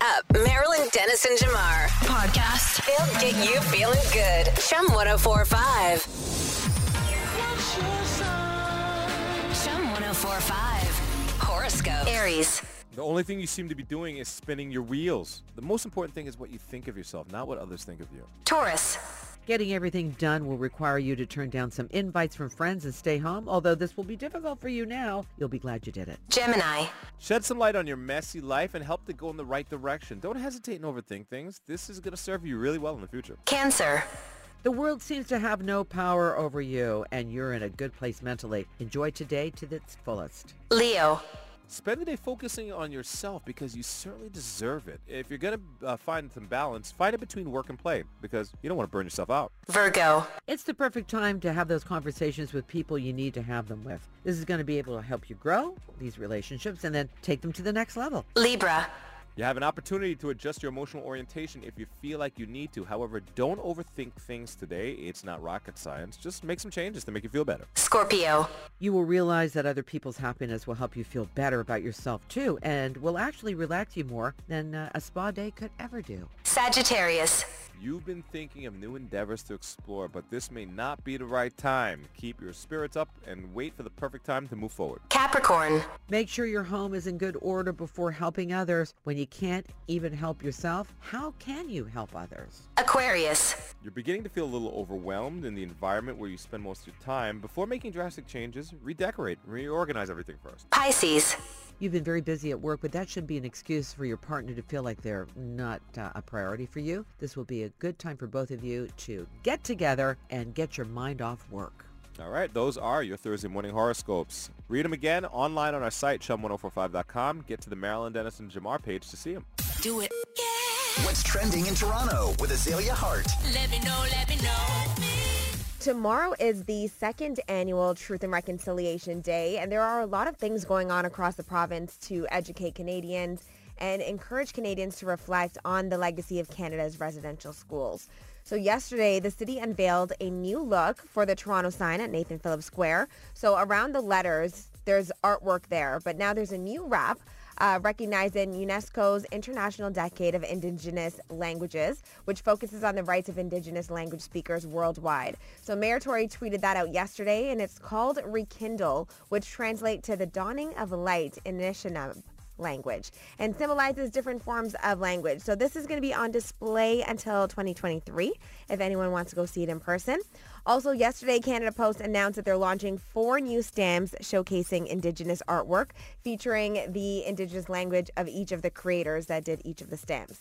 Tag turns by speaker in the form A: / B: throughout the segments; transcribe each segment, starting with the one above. A: up. Marilyn Dennis and Jamar.
B: Podcast.
A: They'll get you feeling good. Chum 1045. Chum 1045. Horoscope. Aries.
C: The only thing you seem to be doing is spinning your wheels. The most important thing is what you think of yourself, not what others think of you.
A: Taurus.
D: Getting everything done will require you to turn down some invites from friends and stay home. Although this will be difficult for you now, you'll be glad you did it.
A: Gemini.
C: Shed some light on your messy life and help to go in the right direction. Don't hesitate and overthink things. This is going to serve you really well in the future.
A: Cancer.
D: The world seems to have no power over you, and you're in a good place mentally. Enjoy today to its fullest.
A: Leo.
C: Spend the day focusing on yourself because you certainly deserve it. If you're going to uh, find some balance, find it between work and play because you don't want to burn yourself out.
A: Virgo.
D: It's the perfect time to have those conversations with people you need to have them with. This is going to be able to help you grow these relationships and then take them to the next level.
A: Libra.
C: You have an opportunity to adjust your emotional orientation if you feel like you need to. However, don't overthink things today. It's not rocket science. Just make some changes to make you feel better.
A: Scorpio.
D: You will realize that other people's happiness will help you feel better about yourself too and will actually relax you more than uh, a spa day could ever do.
A: Sagittarius.
C: You've been thinking of new endeavors to explore, but this may not be the right time. Keep your spirits up and wait for the perfect time to move forward.
A: Capricorn.
D: Make sure your home is in good order before helping others. When you can't even help yourself, how can you help others?
A: Aquarius.
C: You're beginning to feel a little overwhelmed in the environment where you spend most of your time. Before making drastic changes, redecorate, reorganize everything first.
A: Pisces.
D: You've been very busy at work, but that should be an excuse for your partner to feel like they're not uh, a priority for you. This will be a good time for both of you to get together and get your mind off work.
C: All right, those are your Thursday morning horoscopes. Read them again online on our site, chum1045.com. Get to the Marilyn Dennis and Jamar page to see them.
B: Do it.
E: What's trending in Toronto with Azalea Hart?
B: Let me know, let me know.
F: Tomorrow is the second annual Truth and Reconciliation Day, and there are a lot of things going on across the province to educate Canadians and encourage Canadians to reflect on the legacy of Canada's residential schools. So yesterday, the city unveiled a new look for the Toronto sign at Nathan Phillips Square. So around the letters, there's artwork there, but now there's a new wrap uh, recognizing UNESCO's International Decade of Indigenous Languages, which focuses on the rights of Indigenous language speakers worldwide. So Mayor Tory tweeted that out yesterday, and it's called Rekindle, which translates to the dawning of light in Anishinaabe language and symbolizes different forms of language. So this is going to be on display until 2023 if anyone wants to go see it in person. Also, yesterday, Canada Post announced that they're launching four new stamps showcasing Indigenous artwork featuring the Indigenous language of each of the creators that did each of the stamps.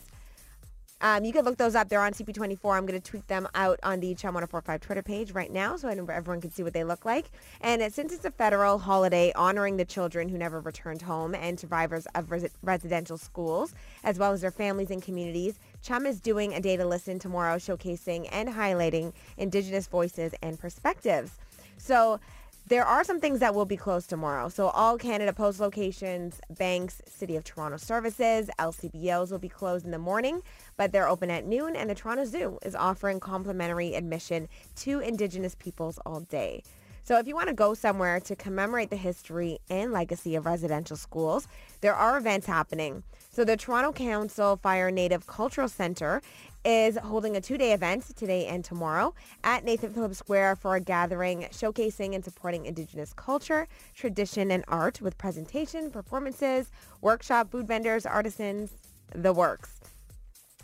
F: Um, you can look those up. They're on CP24. I'm going to tweet them out on the oh Chum 1045 Twitter page right now so I know everyone can see what they look like. And it, since it's a federal holiday honoring the children who never returned home and survivors of resi- residential schools, as well as their families and communities, Chum is doing a day to listen tomorrow showcasing and highlighting Indigenous voices and perspectives. So there are some things that will be closed tomorrow. So all Canada Post locations, banks, City of Toronto services, LCBOs will be closed in the morning, but they're open at noon and the Toronto Zoo is offering complimentary admission to Indigenous peoples all day. So if you want to go somewhere to commemorate the history and legacy of residential schools, there are events happening. So the Toronto Council Fire Native Cultural Center is holding a two-day event today and tomorrow at Nathan Phillips Square for a gathering showcasing and supporting Indigenous culture, tradition, and art with presentation, performances, workshop, food vendors, artisans, the works.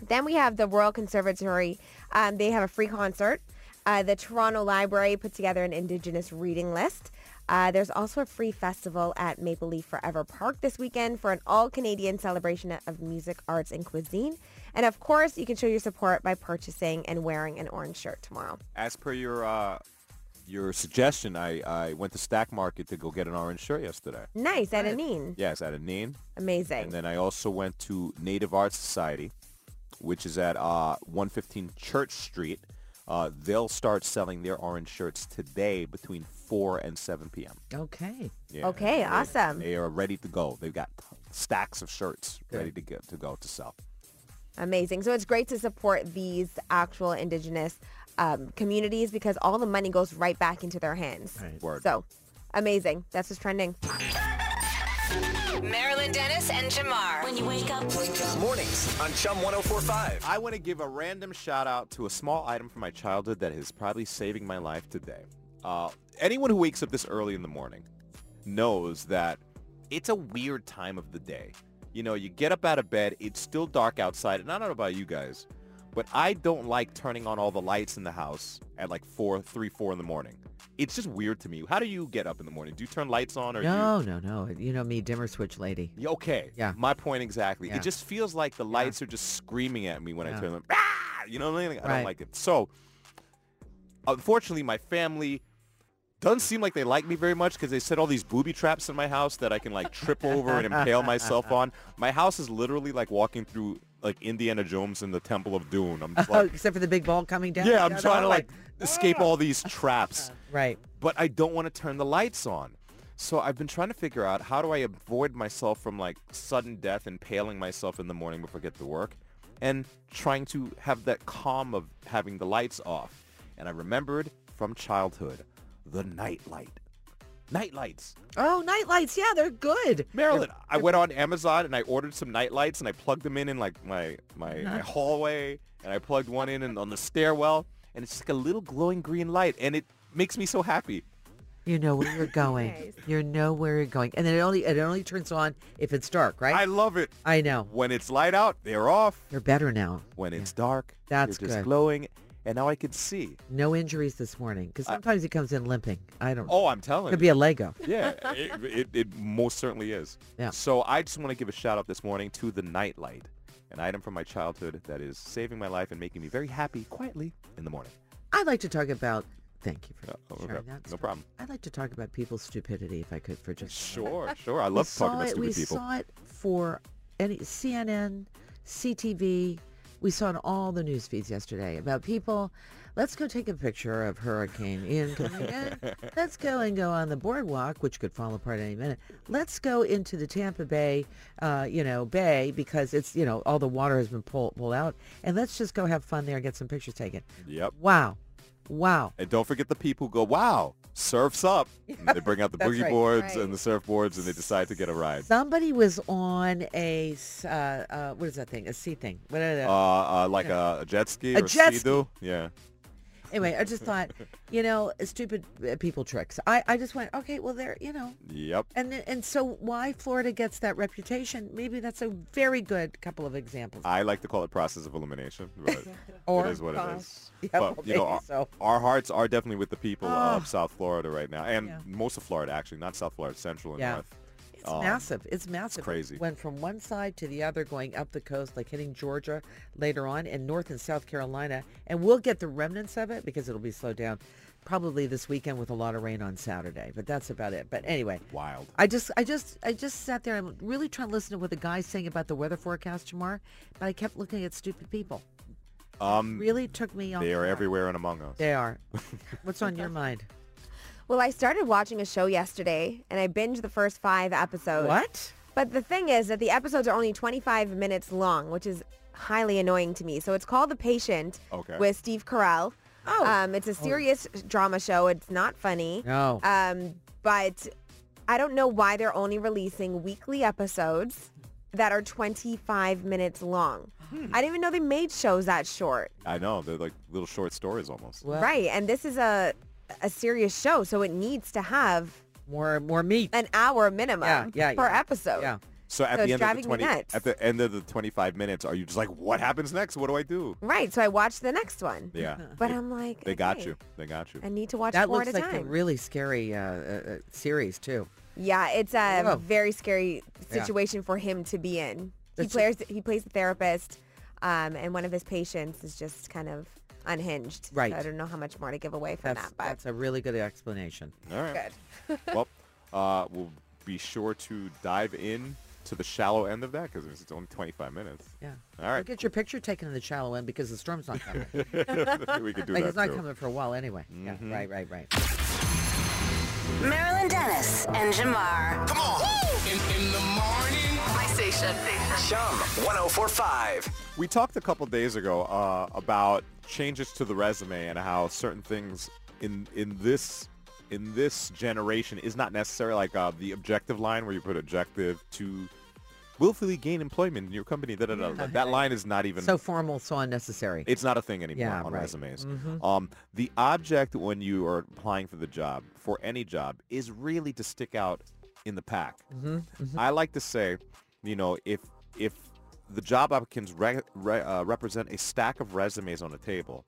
F: Then we have the Royal Conservatory. Um, they have a free concert. Uh, the Toronto Library put together an Indigenous reading list. Uh, there's also a free festival at Maple Leaf Forever Park this weekend for an all-Canadian celebration of music, arts, and cuisine. And of course, you can show your support by purchasing and wearing an orange shirt tomorrow.
C: As per your uh, your suggestion, I, I went to Stack Market to go get an orange shirt yesterday.
F: Nice, at Anine.
C: Yes, at a name.
F: Amazing.
C: And then I also went to Native Arts Society, which is at uh, 115 Church Street. Uh, they'll start selling their orange shirts today between 4 and 7 p.m.
D: Okay.
C: Yeah,
F: Okay,
C: they-
F: awesome.
C: They are ready to go. They've got stacks of shirts ready to get to go to sell.
F: Amazing. So it's great to support these actual Indigenous um, communities because all the money goes right back into their hands.
C: Word.
F: So amazing. That's what's trending.
A: Marilyn Dennis and Jamar.
B: When you wake up,
E: Mornings on Chum 1045.
C: I want to give a random shout out to a small item from my childhood that is probably saving my life today. Uh, anyone who wakes up this early in the morning knows that it's a weird time of the day. You know, you get up out of bed, it's still dark outside, and I don't know about you guys, but I don't like turning on all the lights in the house at like 4, 3, 4 in the morning. It's just weird to me. How do you get up in the morning? Do you turn lights on or do you...
D: No, no, no. You know me, dimmer switch lady.
C: Yeah, Okay.
D: Yeah.
C: My point exactly.
D: Yeah.
C: It just feels like the lights are just screaming at me when I
D: Yeah.
C: turn them. Ah! You know what I mean? Like, I
D: Right.
C: don't like it. So, unfortunately, my family doesn't seem like they like me very much because they set all these booby traps in my house that I can like trip over and impale myself on. My house is literally like walking through like Indiana Jones in the Temple of Doom. I'm just
D: Oh,
C: like,
D: except for the big ball coming down.
C: yeah, I'm
D: No,
C: trying
D: no, ah.
C: to like escape all these traps
D: Right.
C: but I don't want to turn the lights on. So I've been trying to figure out how do I avoid myself from like sudden death and paling myself in the morning before I get to work and trying to have that calm of having the lights off. And I remembered from childhood the night light. Night lights.
D: Oh, night lights. Yeah, they're good.
C: Marilyn, I went on Amazon and I ordered some night lights and I plugged them in in like my, my, my hallway and I plugged one in and on the stairwell and it's just like a little glowing green light and it makes me so happy.
D: You know where you're going.
F: Nice.
D: You know where you're going. And it only it only turns on if it's dark,
C: I
D: right?
C: love it.
D: I, know.
C: When it's light out, they're off.
D: You're better now.
C: When it's dark,
D: That's
C: they're just
D: good.
C: glowing. And now I can see.
D: No injuries this morning because sometimes he comes in limping. I don't.
C: Oh, I'm telling
D: could
C: you.
D: be a Lego.
C: yeah, it, it, it most certainly is.
D: Yeah.
C: So I just want to give a shout out this morning to the nightlight, an item from my childhood that is saving my life and making me very happy quietly in the morning.
D: I'd like to talk about. Thank you for
C: oh, okay.
D: sharing that.
C: No
D: story.
C: problem.
D: I'd like to talk about people's stupidity if I could for just.
C: Sure, sure. I
D: We
C: love talking
D: saw
C: about
D: it-
C: stupid
D: we
C: people.
D: saw it for any CNN, CTV. We saw it in all the news feeds yesterday about people. Let's go take a picture of Hurricane Ian coming in. Let's go and go on the boardwalk, which could fall apart any minute. Let's go into the Tampa Bay, uh, you know, bay because it's you know all the water has been pulled pulled out, and let's just go have fun there and get some pictures taken.
C: Yep.
D: Wow, wow.
C: And don't forget the people who go, wow, surf's up. And they bring out the
D: That's
C: boogie
D: right.
C: boards
F: Right.
C: and the surfboards and they decide to get a ride.
D: Somebody was on a s- uh, uh, what is that thing? A sea thing. What are they?
C: Uh, uh, like a, a jet ski
D: A
C: or
D: jet ski.
C: sea-doo. Yeah.
D: anyway, I just thought, you know, stupid uh, people tricks. I, I just went, okay, well, they're, you know,
C: Yep.
D: and then- and so why Florida gets that reputation? Maybe that's a very good couple of examples.
C: I like to call it process of elimination, but
D: Or
C: it is what it
F: cost.
C: is.
D: Yeah,
C: but
D: well,
C: you know,
D: maybe
C: our,
D: so.
C: our hearts are definitely with the people
D: Ah.
C: of South Florida right now, and
D: Yeah.
C: most of Florida actually, not South Florida, Central and
D: Yeah.
C: North.
D: It's
C: Um,
D: massive. It's massive. It
C: crazy.
D: Went from one side to the other, going up the coast, like hitting Georgia later on, and North and South Carolina. And we'll get the remnants of it because it'll be slowed down, probably this weekend with a lot of rain on Saturday. But that's about it. But anyway,
C: Wild.
D: I just, I just, I just sat there. I'm really trying to listen to what the guy's saying about the weather forecast tomorrow, but I kept looking at stupid people.
C: Um,
D: Really took me on.
C: they are
D: guard.
C: everywhere and among us.
D: They are. What's on your mind?
F: Well, I started watching a show yesterday and I binged the first five episodes.
D: What?
F: But the thing is that the episodes are only 25 minutes long, which is highly annoying to me. So it's called The Patient
C: Okay.
F: with Steve Carell.
D: Oh.
F: Um, it's a serious drama show. It's not funny.
D: No.
F: Um, but I don't know why they're only releasing weekly episodes that are 25 minutes long.
D: Hmm.
F: I didn't even know they made shows that short.
C: I know they're like little short stories almost.
D: Well,
F: Right. And this is a, a serious show, so it needs to have
D: More, more meat.
F: an hour minimum
D: Yeah, yeah,
F: per
D: yeah.
F: episode.
D: Yeah.
C: So at
F: So
C: the end
F: it's
C: of the
F: driving me
C: twenty,
F: nuts.
C: at the end of the twenty-five minutes, are you just like, what happens next? What do I do?
F: Right. So I watched the next one.
C: Yeah.
F: But
C: they,
F: I'm like,
C: they got
F: okay,
C: you. They got you.
F: I need to watch
D: That
F: four
D: looks
F: at a
D: like a
F: time.
D: really scary uh, uh, uh, series too.
F: yeah, it's a
D: Whoa.
F: very scary
D: Yeah.
F: situation for him to be in. He
D: That's-
F: plays he plays the therapist, um, and one of his patients is just kind of unhinged. So
D: Right.
F: I don't know how much more to give away from
D: That's
F: that, but
D: that's a really good explanation.
C: All right.
F: good.
C: well, uh, we'll be sure to dive in to the shallow end of that because it's only 25 minutes.
D: Yeah.
C: All right.
D: Go get your picture taken in the shallow end because the storm's not coming. like
C: we can do that
D: it's not
C: too. Mm-hmm.
D: coming for a while anyway. Yeah. Right. Right. Right.
A: Marilyn Dennis and Jamar.
E: Come on.
B: my station.
E: Chum 1045.
C: We talked a couple days ago uh, about changes to the resume and how certain things in in this in this generation is not necessary. Like uh, the objective line where you put objective to willfully gain employment in your company. Da, da, da, da. That line is not even
D: So formal, so unnecessary.
C: it's not a thing anymore
D: Yeah,
C: on
D: right. Mm-hmm.
C: resumes. Um, the object when you are applying for the job, for any job, is really to stick out in the pack.
D: Mm-hmm,
C: I like to say, you know, if if the job applicants re- re- uh, represent a stack of resumes on a table,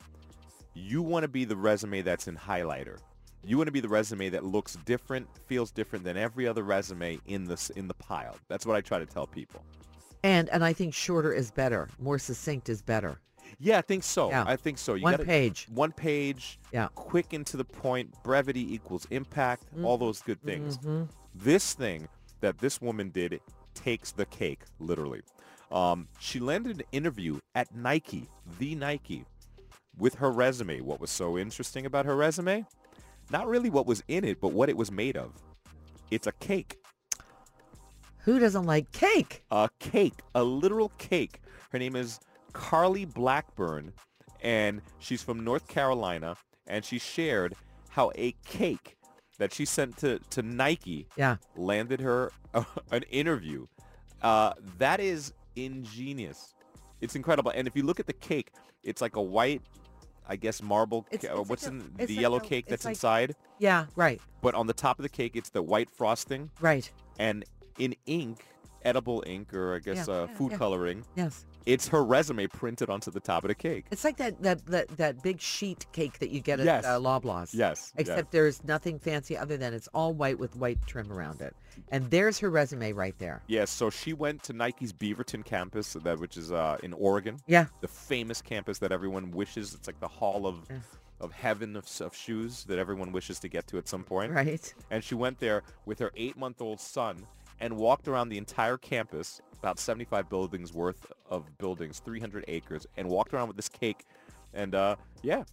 C: you want to be the resume that's in highlighter. You want to be the resume that looks different, feels different than every other resume in this in the pile. That's what I try to tell people.
D: and and I think shorter is better. More succinct is better.
C: Yeah, I think so.
D: Yeah.
C: I think so. You
D: One
C: gotta-
D: page.
C: One page.
D: Yeah. Mm.
C: Quick and to the point. Brevity equals impact. All those good things.
D: Mm-hmm.
C: This thing that this woman did takes the cake, literally. Um, she landed an interview at Nike, the Nike, with her resume. What was so interesting about her resume? Not really what was in it, but what it was made of. It's a cake
D: Who doesn't like cake?
C: a cake, a literal cake. Her name is Carly Blackburn, and she's from North Carolina, and she shared how a cake that she sent to, to Nike
D: Yeah.
C: landed her an interview. Uh, that is ingenious. It's incredible. And if you look at the cake, it's like a white, I guess, marble.
D: It's-
C: ca- uh,
D: it's like
C: what's
D: a-
C: in
D: it's
C: the
D: like
C: yellow
D: a-
C: cake
D: it's
C: that's
D: like-
C: inside?
D: Yeah. Right.
C: But on the top of the cake, it's the white frosting
D: Right.
C: and in ink, edible ink, or I guess
D: Yeah,
C: uh,
D: yeah,
C: food
D: yeah.
C: coloring,
D: Yes.
C: it's her resume printed onto the top of the cake.
D: It's like that that that, that big sheet cake that you get at
C: Yes.
D: uh, Loblaws.
C: Yes, yes.
D: Except there's nothing fancy other than it's all white with white trim around it. And there's her resume right there.
C: Yes, so she went to Nike's Beaverton campus, that which is uh, in Oregon,
D: Yeah.
C: the famous campus that everyone wishes. It's like the hall of of heaven of, s- of shoes that everyone wishes to get to at some point.
D: Right.
C: And she went there with her eight-month-old son and walked around the entire campus, about 75 buildings worth of buildings, 300 acres, and walked around with this cake. And uh, yeah,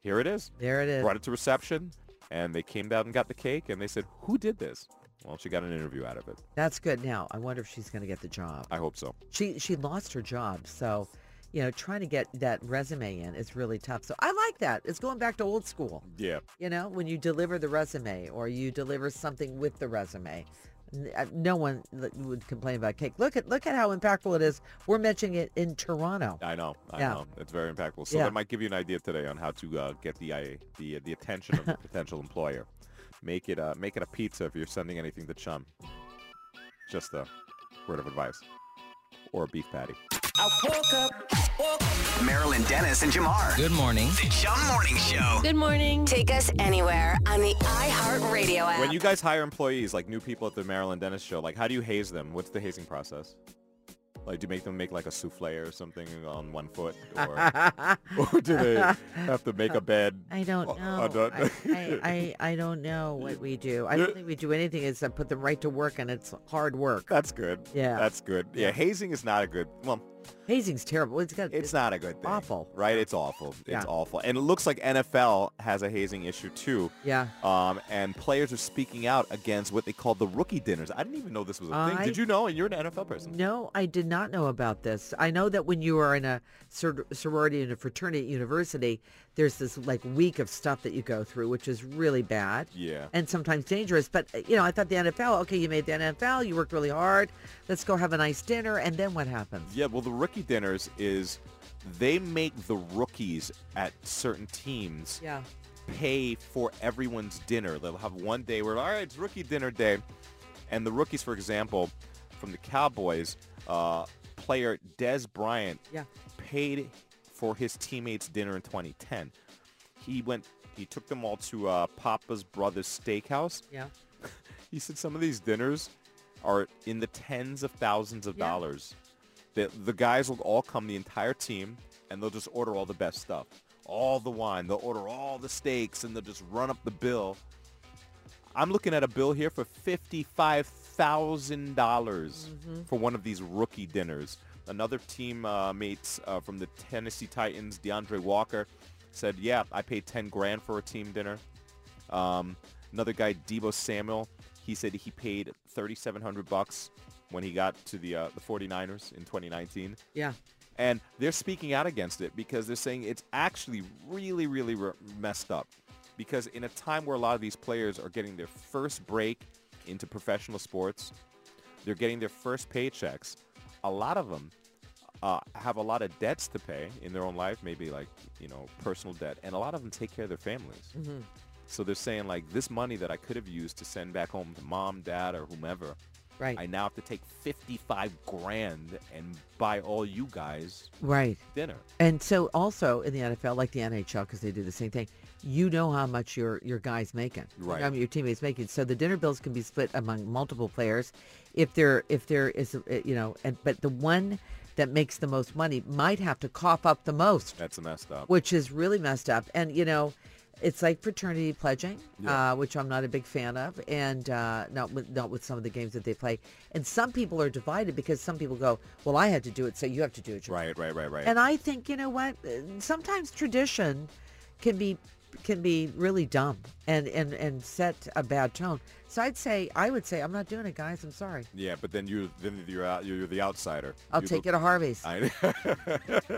C: here it is.
D: There it is.
C: brought it to reception, and they came down and got the cake, and they said, "Who did this?" Well, she got an interview out of it.
D: That's good. Now I wonder if she's going to get the job.
C: I hope so.
D: She she lost her job, so you know trying to get that resume in is really tough. So I like that. It's going back to old school.
C: Yeah,
D: You know, when you deliver the resume or you deliver something with the resume, N- uh, no one l- would complain about cake. Look at look at how impactful it is. We're mentioning it in Toronto.
C: I know. I
D: Yeah.
C: know. It's very impactful. So
D: Yeah.
C: that might give you an idea today on how to uh, get the uh, the uh, the attention of the potential employer. Make it uh, make it a pizza if you're sending anything to Chum. Just a word of advice, or a beef patty.
E: Marilyn Dennis and Jamar.
G: Good morning.
E: The Chum Morning Show.
B: Good morning.
A: Take us anywhere on the iHeartRadio app.
C: When you guys hire employees, like new people at the Maryland Dennis show, like how do you haze them? What's the hazing process? Like, do you make them make like a souffle or something on one foot, or, or do they have to make a bed?
D: I don't know.
C: Uh, I don't-
D: I, I, I, I don't know what we do. I don't think we do anything except put them right to work, and it's hard work.
C: That's good.
D: Yeah.
C: that's good. Yeah, hazing is not a good. Well,
D: Hazing's terrible. It's got
C: it's not a good thing.
D: awful.
C: right? It's awful.
D: Yeah.
C: It's awful, and it looks like NFL has a hazing issue too.
D: Yeah.
C: Um, and players are speaking out against what they call the rookie dinners. I didn't even know this was a
D: Uh, I-
C: thing. Did you know? And you're an NFL person.
D: No, I did not know about this. I know that when you are in a sor- sorority and a fraternity at university, there's this like week of stuff that you go through, which is really bad.
C: Yeah.
D: And sometimes dangerous. But, uh, you know, I thought the NFL, okay, you made the NFL, you worked really hard. Let's go have a nice dinner. And then what happens?
C: Yeah, well, the rookie dinners is they make the rookies at certain teams
D: Yeah.
C: pay for everyone's dinner. They'll have one day where, all right, it's rookie dinner day. And the rookies, for example, from the Cowboys, uh, player Des Bryant
D: Yeah.
C: paid for his teammates' dinner in 2010. He went, he took them all to uh, Papa's Brothers Steakhouse.
D: Yeah.
C: He said some of these dinners are in the tens of thousands of
D: Yeah.
C: dollars. The, the guys will all come, the entire team, and they'll just order all the best stuff. All the wine. They'll order all the steaks, and they'll just run up the bill. I'm looking at a bill here for $55,000 dollars for one of these rookie dinners. Another team uh, mates uh, from the Tennessee Titans, DeAndre Walker, said, yeah, I paid 10 grand for a team dinner. Um, another guy, Debo Samuel, he said he paid 3,700 bucks when he got to the uh, the 49ers in 2019.
D: Yeah.
C: And they're speaking out against it because they're saying it's actually really, really re- messed up. because in a time where a lot of these players are getting their first break into professional sports, they're getting their first paychecks. A lot of them uh, have a lot of debts to pay in their own life, maybe like, you know, personal debt. And a lot of them take care of their families. So they're saying like this money that I could have used to send back home to mom, dad, or whomever,
D: Right.
C: I now have to take 55 grand and buy all you guys
D: Right.
C: dinner.
D: And so also in the NFL, like the NHL, because they do the same thing, you know how much your your guy's making,
C: Right.
D: I mean, your teammates making. So the dinner bills can be split among multiple players, if there if there is uh, you know, and but the one that makes the most money might have to cough up the most,
C: That's messed up.
D: which is really messed up. And you know, it's like fraternity pledging, uh, which I'm not a big fan of, and uh, not with, not with some of the games that they play. And some people are divided because some people go, well, I had to do it, so you have to do it. Jamal."
C: Right, right, right, right.
D: And I think you know what? uh, Sometimes tradition can be can be really dumb and and and set a bad tone. So I'd say I would say I'm not doing it, guys. I'm sorry.
C: yeah, but then you then you're out, you're the outsider.
D: I'll
C: You
D: take
C: look-
D: it to Harvey's.
C: I,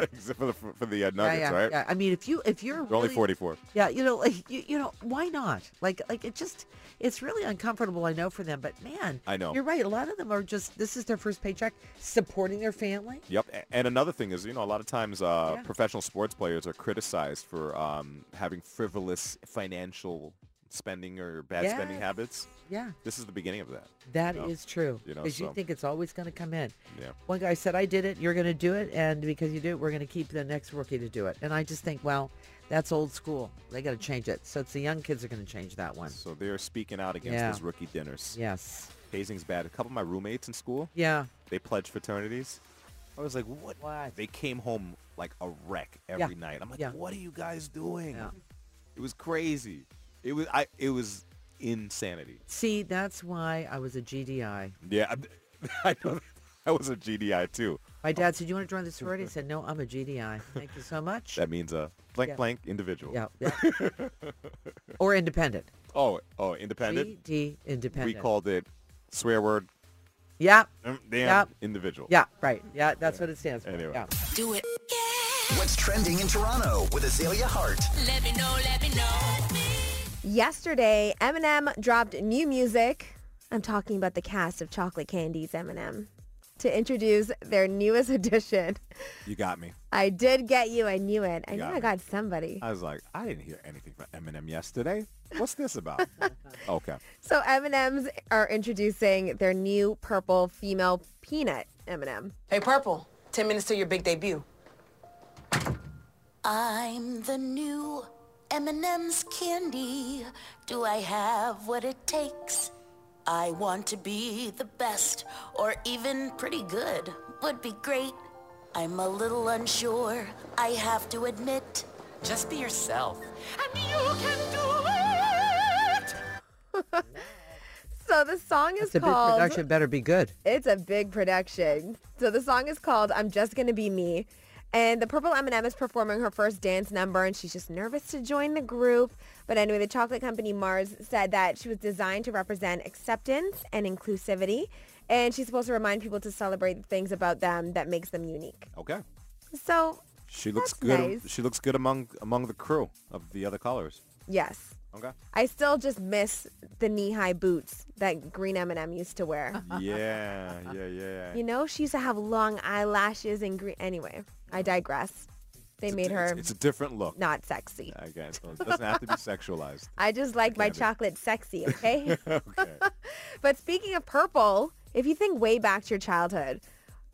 C: except for the for the uh,
D: yeah,
C: Nuggets,
D: yeah,
C: right?
D: yeah. I mean, if you if you're
C: They're only
D: really-
C: 44.
D: Yeah, you know, like you, you know, why not? Like like it just it's really uncomfortable. I know for them, but man,
C: I know.
D: you're right. A lot of them are just this is their first paycheck, supporting their family.
C: Yep. A- And another thing is, you know, a lot of times uh,
D: Yeah.
C: professional sports players are criticized for um, having frivolous financial spending or bad spending
D: Yes.
C: habits.
D: Yeah.
C: This is the beginning of that.
D: That is
C: Yeah.
D: true.
C: You know,
D: Because you,
C: so-
D: think it's always going to come in.
C: Yeah.
D: One guy said, I did it, you're going to do it. And because you do it, we're going to keep the next rookie to do it. And I just think, well, that's old school. They got to change it. So it's the young kids are going to change that one.
C: So they're speaking out against
D: Yeah.
C: those rookie dinners.
D: Yes.
C: Hazing's bad. A couple of my roommates in school,
D: Yeah.
C: they pledged fraternities. I was like, what?
D: What?
C: They came home like a wreck every night. I'm like,
D: Yeah.
C: what are you guys doing?
D: Yeah.
C: It was crazy. It was I. It was insanity.
D: See, that's why I was a GDI.
C: Yeah, I, I know. That. I was a GDI too.
D: My dad said, you want to join the sorority? I said, no, I'm a GDI. Thank you so much.
C: That means a blank
D: Yeah.
C: blank individual.
D: yeah. yeah. or independent.
C: Oh, oh, independent.
D: GD
C: We
D: independent.
C: called it swear word.
D: Yeah.
C: mm, Damn
D: Yep.
C: individual.
D: Yeah. Right. Yeah. That's what it stands for.
C: Anyway.
D: Yeah.
B: Do it.
E: What's trending in Toronto with Azalea Hart?
B: Let me know, let me know.
F: Yesterday, Eminem dropped new music. I'm talking about the cast of Chocolate Candy's Eminem to introduce their newest edition.
C: You got me.
F: I did get you. I knew it. I
C: You
F: knew
C: got
F: I
C: me.
F: got
D: Uh,
F: somebody.
C: I was like, I didn't hear anything from Eminem yesterday. What's this about? okay.
F: So M&Ms are introducing their new purple female peanut M&M.
G: Hey, Purple, 10 minutes to your big debut.
B: I'm the new M&M's candy. Do I have what it takes? I want to be the best or even pretty good. Would be great. I'm a little unsure, I have to admit.
G: Just be yourself.
B: And you can do it!
F: So the song is
D: It's a big
F: called
D: production. Better be good.
F: It's a big production. So the song is called I'm Just Gonna Be Me. And the Purple M&M is performing her first dance number and she's just nervous to join the group. But anyway, the chocolate company Mars said that she was designed to represent acceptance and inclusivity. And she's supposed to remind people to celebrate the things about them that makes them unique.
C: Okay.
F: So,
C: She looks
F: That's
C: good.
F: nice.
C: She looks good among among the crew of the other colors.
F: yes.
C: Okay.
F: I still just miss the knee-high boots that Green M&M used to
D: Uh-huh.
F: wear.
C: Yeah, yeah, yeah.
F: You know, she used to have long eyelashes and green. Anyway, I digress. They
C: It's a
F: made
C: di-
F: her
C: It's, it's a different look.
F: not sexy.
C: I guess so it doesn't have to be sexualized.
F: I just like my
C: Got it.
F: chocolate sexy, okay?
C: Okay.
F: but speaking of purple, if you think way back to your childhood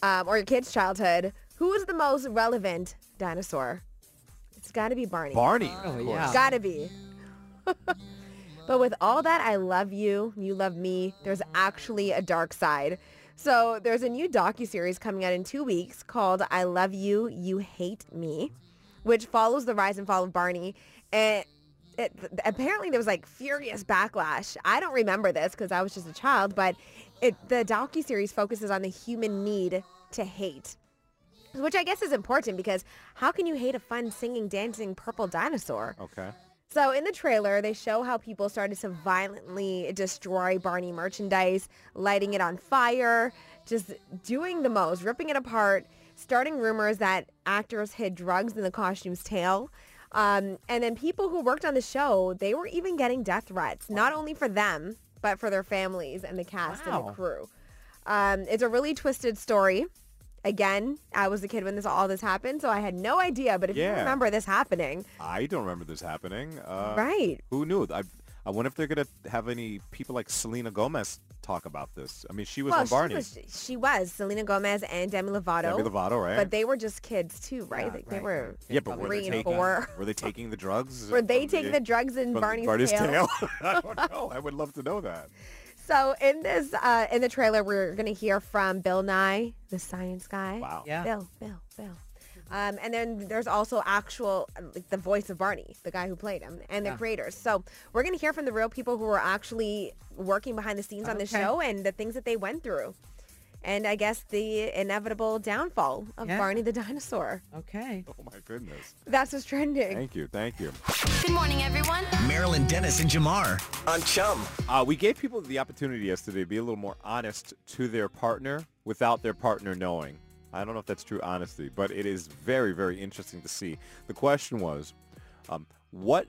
F: um, or your kid's childhood, who is the most relevant dinosaur? It's got to be Barney.
C: Barney. of
F: Oh,
C: course.
D: yeah.
F: got to be. but with all that I love you, you love me, there's actually a dark side. So there's a new docuseries coming out in two weeks called I Love You, You Hate Me, which follows the rise and fall of Barney. And it, apparently there was like furious backlash. I don't remember this because I was just a child, but it, the docuseries focuses on the human need to hate. Which I guess is important because how can you hate a fun singing, dancing purple dinosaur?
C: Okay.
F: So in the trailer, they show how people started to violently destroy Barney merchandise, lighting it on fire, just doing the most, ripping it apart, starting rumors that actors hid drugs in the costume's tail. Um, and then people who worked on the show, they were even getting death threats, not only for them, but for their families and the cast and the
D: Wow.
F: crew. Um, it's a really twisted story. Again, I was a kid when this all this happened, so I had no idea. But if you
C: Yeah.
F: remember this happening,
C: I don't remember this happening. Uh,
F: right?
C: Who knew? I, I wonder if they're going to have any people like Selena Gomez talk about this. I mean, she was on Barney.
F: she was, she was Selena Gomez and Demi Lovato.
C: Demi Lovato, right?
F: But they were just kids too, right? like they were
C: yeah, but were they,
F: three and
C: taking,
F: four.
C: were they taking the drugs?
F: Were they
C: from
F: taking the drugs in
C: from
F: Barney's,
C: Barney's
F: tail?
C: I don't know. I would love to know that.
F: So in this, uh, in the trailer, we're gonna hear from Bill Nye, the science guy.
C: Wow.
D: Yeah.
F: Bill, Bill, Bill. Um, and then there's also actual, uh, like the voice of Barney, the guy who played him, and the creators. So we're gonna hear from the real people who are actually working behind the scenes on the
D: Okay.
F: show and the things that they went through, and I guess the inevitable downfall of
D: Yeah.
F: Barney the dinosaur.
D: Okay.
C: Oh my goodness.
F: That's what's trending.
C: Thank you. Thank you.
A: Good morning, everyone.
E: Marilyn Dennis and Jamar on Chum.
C: Uh, we gave people the opportunity yesterday to be a little more honest to their partner without their partner knowing. I don't know if that's true honesty, but it is very, very interesting to see. The question was, um, what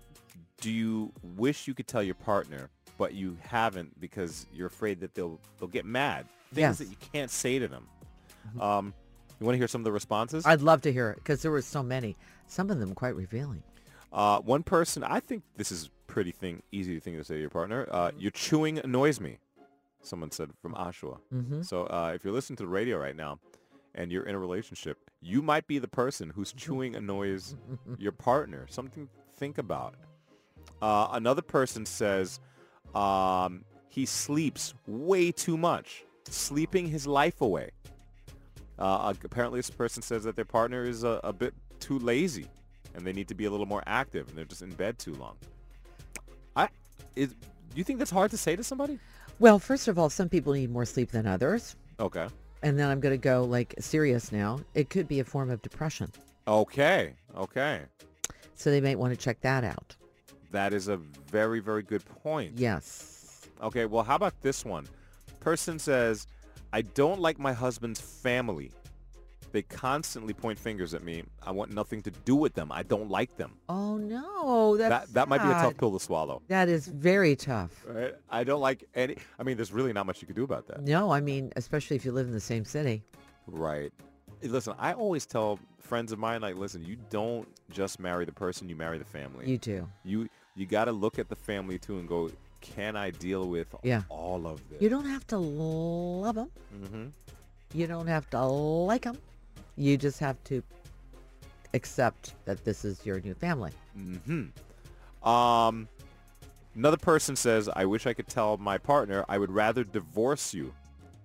C: do you wish you could tell your partner, but you haven't because you're afraid that they'll they'll get mad? Things
D: Yes.
C: that you can't say to them. Um, you want to hear some of the responses?
D: I'd love to hear it because there were so many. Some of them quite revealing.
C: Uh, one person, I think this is pretty thing easy thing to say to your partner. Uh, your chewing annoys me. Someone said from Oshawa. So uh, if you're listening to the radio right now, and you're in a relationship, you might be the person who's chewing annoys your partner. Something to think about. Uh, another person says um, he sleeps way too much, sleeping his life away. Uh, apparently, this person says that their partner is a, a bit too lazy, and they need to be a little more active, and they're just in bed too long. I, is, you think that's hard to say to somebody?
D: Well, first of all, some people need more sleep than others.
C: Okay.
D: And then I'm going to go like serious now. It could be a form of depression.
C: Okay. Okay.
D: So they might want to check that out.
C: That is a very, very good point.
D: Yes.
C: Okay, well, how about this one? Person says, I don't like my husband's family. They constantly point fingers at me. I want nothing to do with them. I don't like them.
D: Oh, no. That's
C: that that might be a tough
D: sad.
C: pill to swallow.
D: That is very tough.
C: Right? I don't like any. I mean, there's really not much you could do about that.
D: No, I mean, especially if you live in the same city.
C: Right. Listen, I always tell friends of mine, like, listen, you don't just marry the person, you marry the family.
D: You do.
C: you, you got to look at the family too and go, can I deal with
D: Yeah.
C: all of this?
D: You don't have to love them. You don't have to like them. You just have to accept that this is your new family.
C: Um, another person says, I wish I could tell my partner I would rather divorce you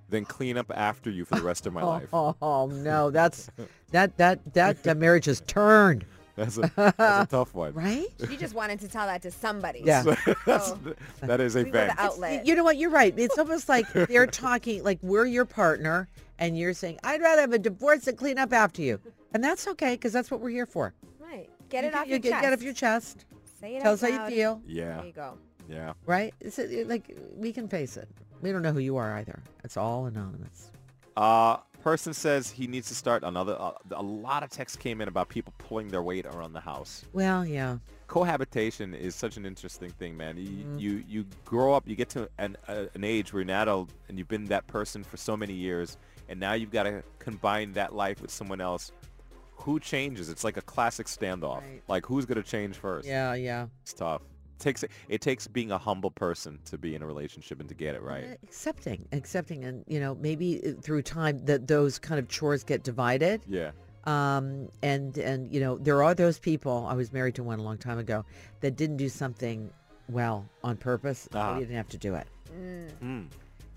C: than clean up after you for the rest of my
D: Oh,
C: life.
D: oh, oh, no, that's that that that uh, marriage is turned,
C: That's a, that's a tough one.
D: right?
F: She just wanted to tell that to somebody.
D: Yeah.
C: That's- that is a
F: We were
C: thing.
F: the outlet.
D: You know what? You're right. It's almost like they're talking like we're your partner, and you're saying, "I'd rather have a divorce than clean up after you," and that's okay because that's what we're here for.
F: right. Get it
D: you,
F: off
D: you
F: your
D: get,
F: chest.
D: Get off your chest.
F: Say it
D: Tell
F: out
D: us how
F: loud.
D: you feel.
C: Yeah,
F: There you go.
C: yeah.
D: Right? It's uh, like we can face it. We don't know who you are either. It's all anonymous.
C: Uh, person says he needs to start another. Uh, a lot of texts came in about people pulling their weight around the house.
D: Well, yeah.
C: cohabitation is such an interesting thing, man. You
D: Mm-hmm.
C: you, you grow up, you get to an, uh, an age where you're an adult and you've been that person for so many years, and now you've got to combine that life with someone else. Who changes? It's like a classic standoff.
D: Right.
C: Like who's gonna change first?
D: Yeah, yeah.
C: It's tough. takes it takes being a humble person to be in a relationship and to get it right.
D: Accepting, accepting, and you know maybe uh, through time that those kind of chores get divided.
C: Yeah.
D: Um, and and you know there are those people. I was married to one a long time ago that didn't do something well on purpose. So
C: Ah.
D: we didn't have to do it.
C: Mm.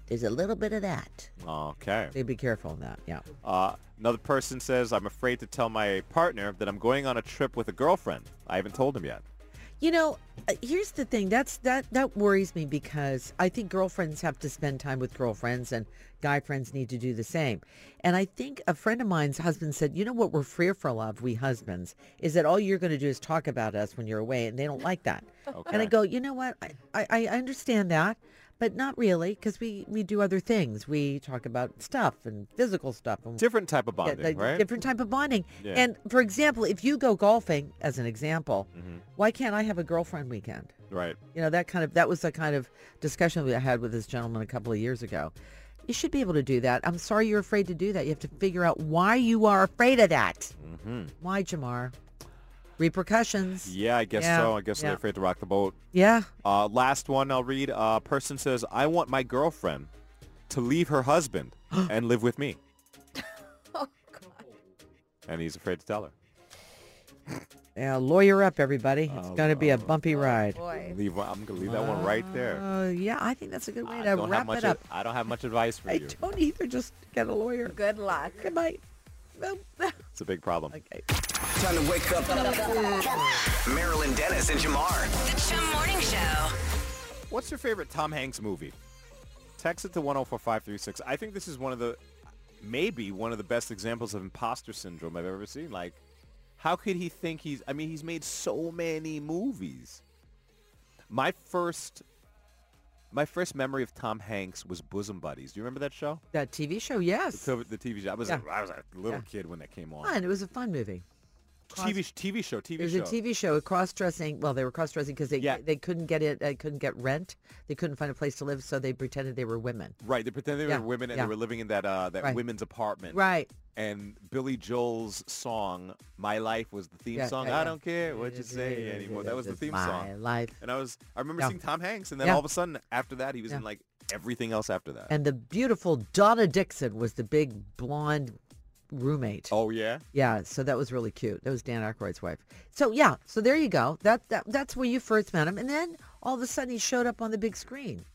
D: There's a little bit of that.
C: Okay.
D: So be careful in that. Yeah.
C: Uh, another person says, "I'm afraid to tell my partner that I'm going on a trip with a girlfriend. I haven't told him yet."
D: You know, uh, here's the thing. That's that that worries me because I think girlfriends have to spend time with girlfriends and guy friends need to do the same. And I think a friend of mine's husband said, "You know what we're fearful of, we husbands, is that all you're going to do is talk about us when you're away and they don't like that." And I
C: Okay.
D: go, "You know what? I I, I understand that, but not really because we, we do other things. We talk about stuff and physical stuff. And
C: Different type of
D: yeah,
C: bonding,
D: like,
C: right?
D: Different type of bonding.
C: Yeah.
D: And for example, if you go golfing, as an example,
C: Mm-hmm.
D: why can't I have a girlfriend weekend?
C: Right.
D: You know, that kind of that was the kind of discussion we had with this gentleman a couple of years ago. You should be able to do that. I'm sorry you're afraid to do that. You have to figure out why you are afraid of that.
C: Mm-hmm.
D: Why, Jamar? Repercussions.
C: Yeah, I guess
D: Yeah,
C: so. I guess
D: yeah.
C: they're afraid to rock the boat.
D: Yeah.
C: Uh, last one I'll read. Uh, person says, I want my girlfriend to leave her husband and live with me.
D: Oh,
C: And he's afraid to tell her.
D: Yeah. Lawyer up, everybody. It's
C: Oh,
D: going to be a bumpy ride.
F: Boy.
C: Leave, I'm going to leave that one right there.
D: Uh, yeah, I think that's a good way
C: I
D: to
C: don't, have
D: wrap
C: much
D: it up.
C: I don't have much advice for
D: I
C: you.
D: don't either. Just get a lawyer.
F: Good luck.
D: Goodbye. Well,
C: It's a big problem.
D: okay.
E: Time to wake up Marilyn Dennis and Jamar.
A: The Chum Morning Show.
C: What's your favorite Tom Hanks movie? Text it to 104536. I think this is one of the, maybe one of the best examples of imposter syndrome I've ever seen. Like, how could he think he's, I mean, he's made so many movies. My first, my first memory of Tom Hanks was Bosom Buddies. Do you remember that show?
D: That TV show, yes.
C: The, the TV show. I was,
D: Yeah.
C: I was a little kid when that came on.
D: Fun. It was a fun movie.
C: TV, sh- TV show, TV
D: There's
C: show.
D: a TV show, cross dressing. Well, they were cross dressing because they
C: Yeah.
D: they couldn't get it, they couldn't get rent, they couldn't find a place to live, so they pretended they were women.
C: Right, they pretended they
D: Yeah,
C: were women and
D: yeah.
C: they were living in that uh, that
D: Right.
C: women's apartment.
D: Right.
C: and Billy Joel's song "My Life" was the theme
D: Yeah,
C: song.
D: yeah,
C: I
D: yeah.
C: don't care what you say anymore. That was the
D: This
C: theme
D: is my
C: song.
D: life.
C: And I was, I remember
D: Yeah.
C: seeing Tom Hanks, and then
D: Yeah.
C: all of a sudden, after that, he was
D: Yeah.
C: in like everything else after that.
D: And the beautiful Donna Dixon was the big blonde roommate.
C: oh yeah,
D: Yeah, so that was really cute. That was Dan Aykroyd's wife. So yeah, so there you go. That, that that's where you first met him, and then all of a sudden he showed up on the big screen.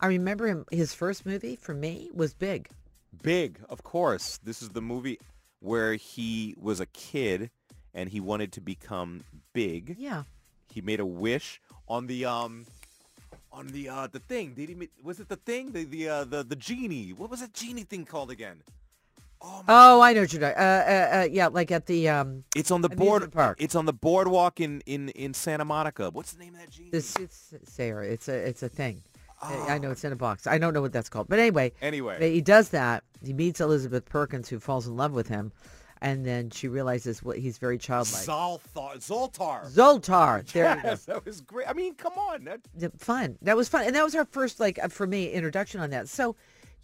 D: I remember him. His first movie for me was Big.
C: Big, of course. This is the movie where he was a kid and he wanted to become big.
D: Yeah,
C: He made a wish on the um. On the uh the thing, did he? ma- Was it the thing? The the uh, the the genie. What was that genie thing called again?
D: Oh, I know what you're talking. Uh, uh, uh, yeah, like at the um,
C: It's on the
D: Amusement
C: board.
D: park.
C: It's on the boardwalk in in in Santa Monica. What's the name of that genie?
D: the suits Sarah. It's a it's a thing. I I know it's in a box. I don't know what that's called, but anyway.
C: Ah. Anyway.
D: but he does that. He meets Elizabeth Perkins, who falls in love with him, and then she realizes what he's very childlike.
C: Zoltar. Zoltar.
D: Zoltar. There you go.
C: Yes, that was great. I mean, come on. That,
D: the- fun. That was fun, and that was our first like uh, for me introduction on that. So,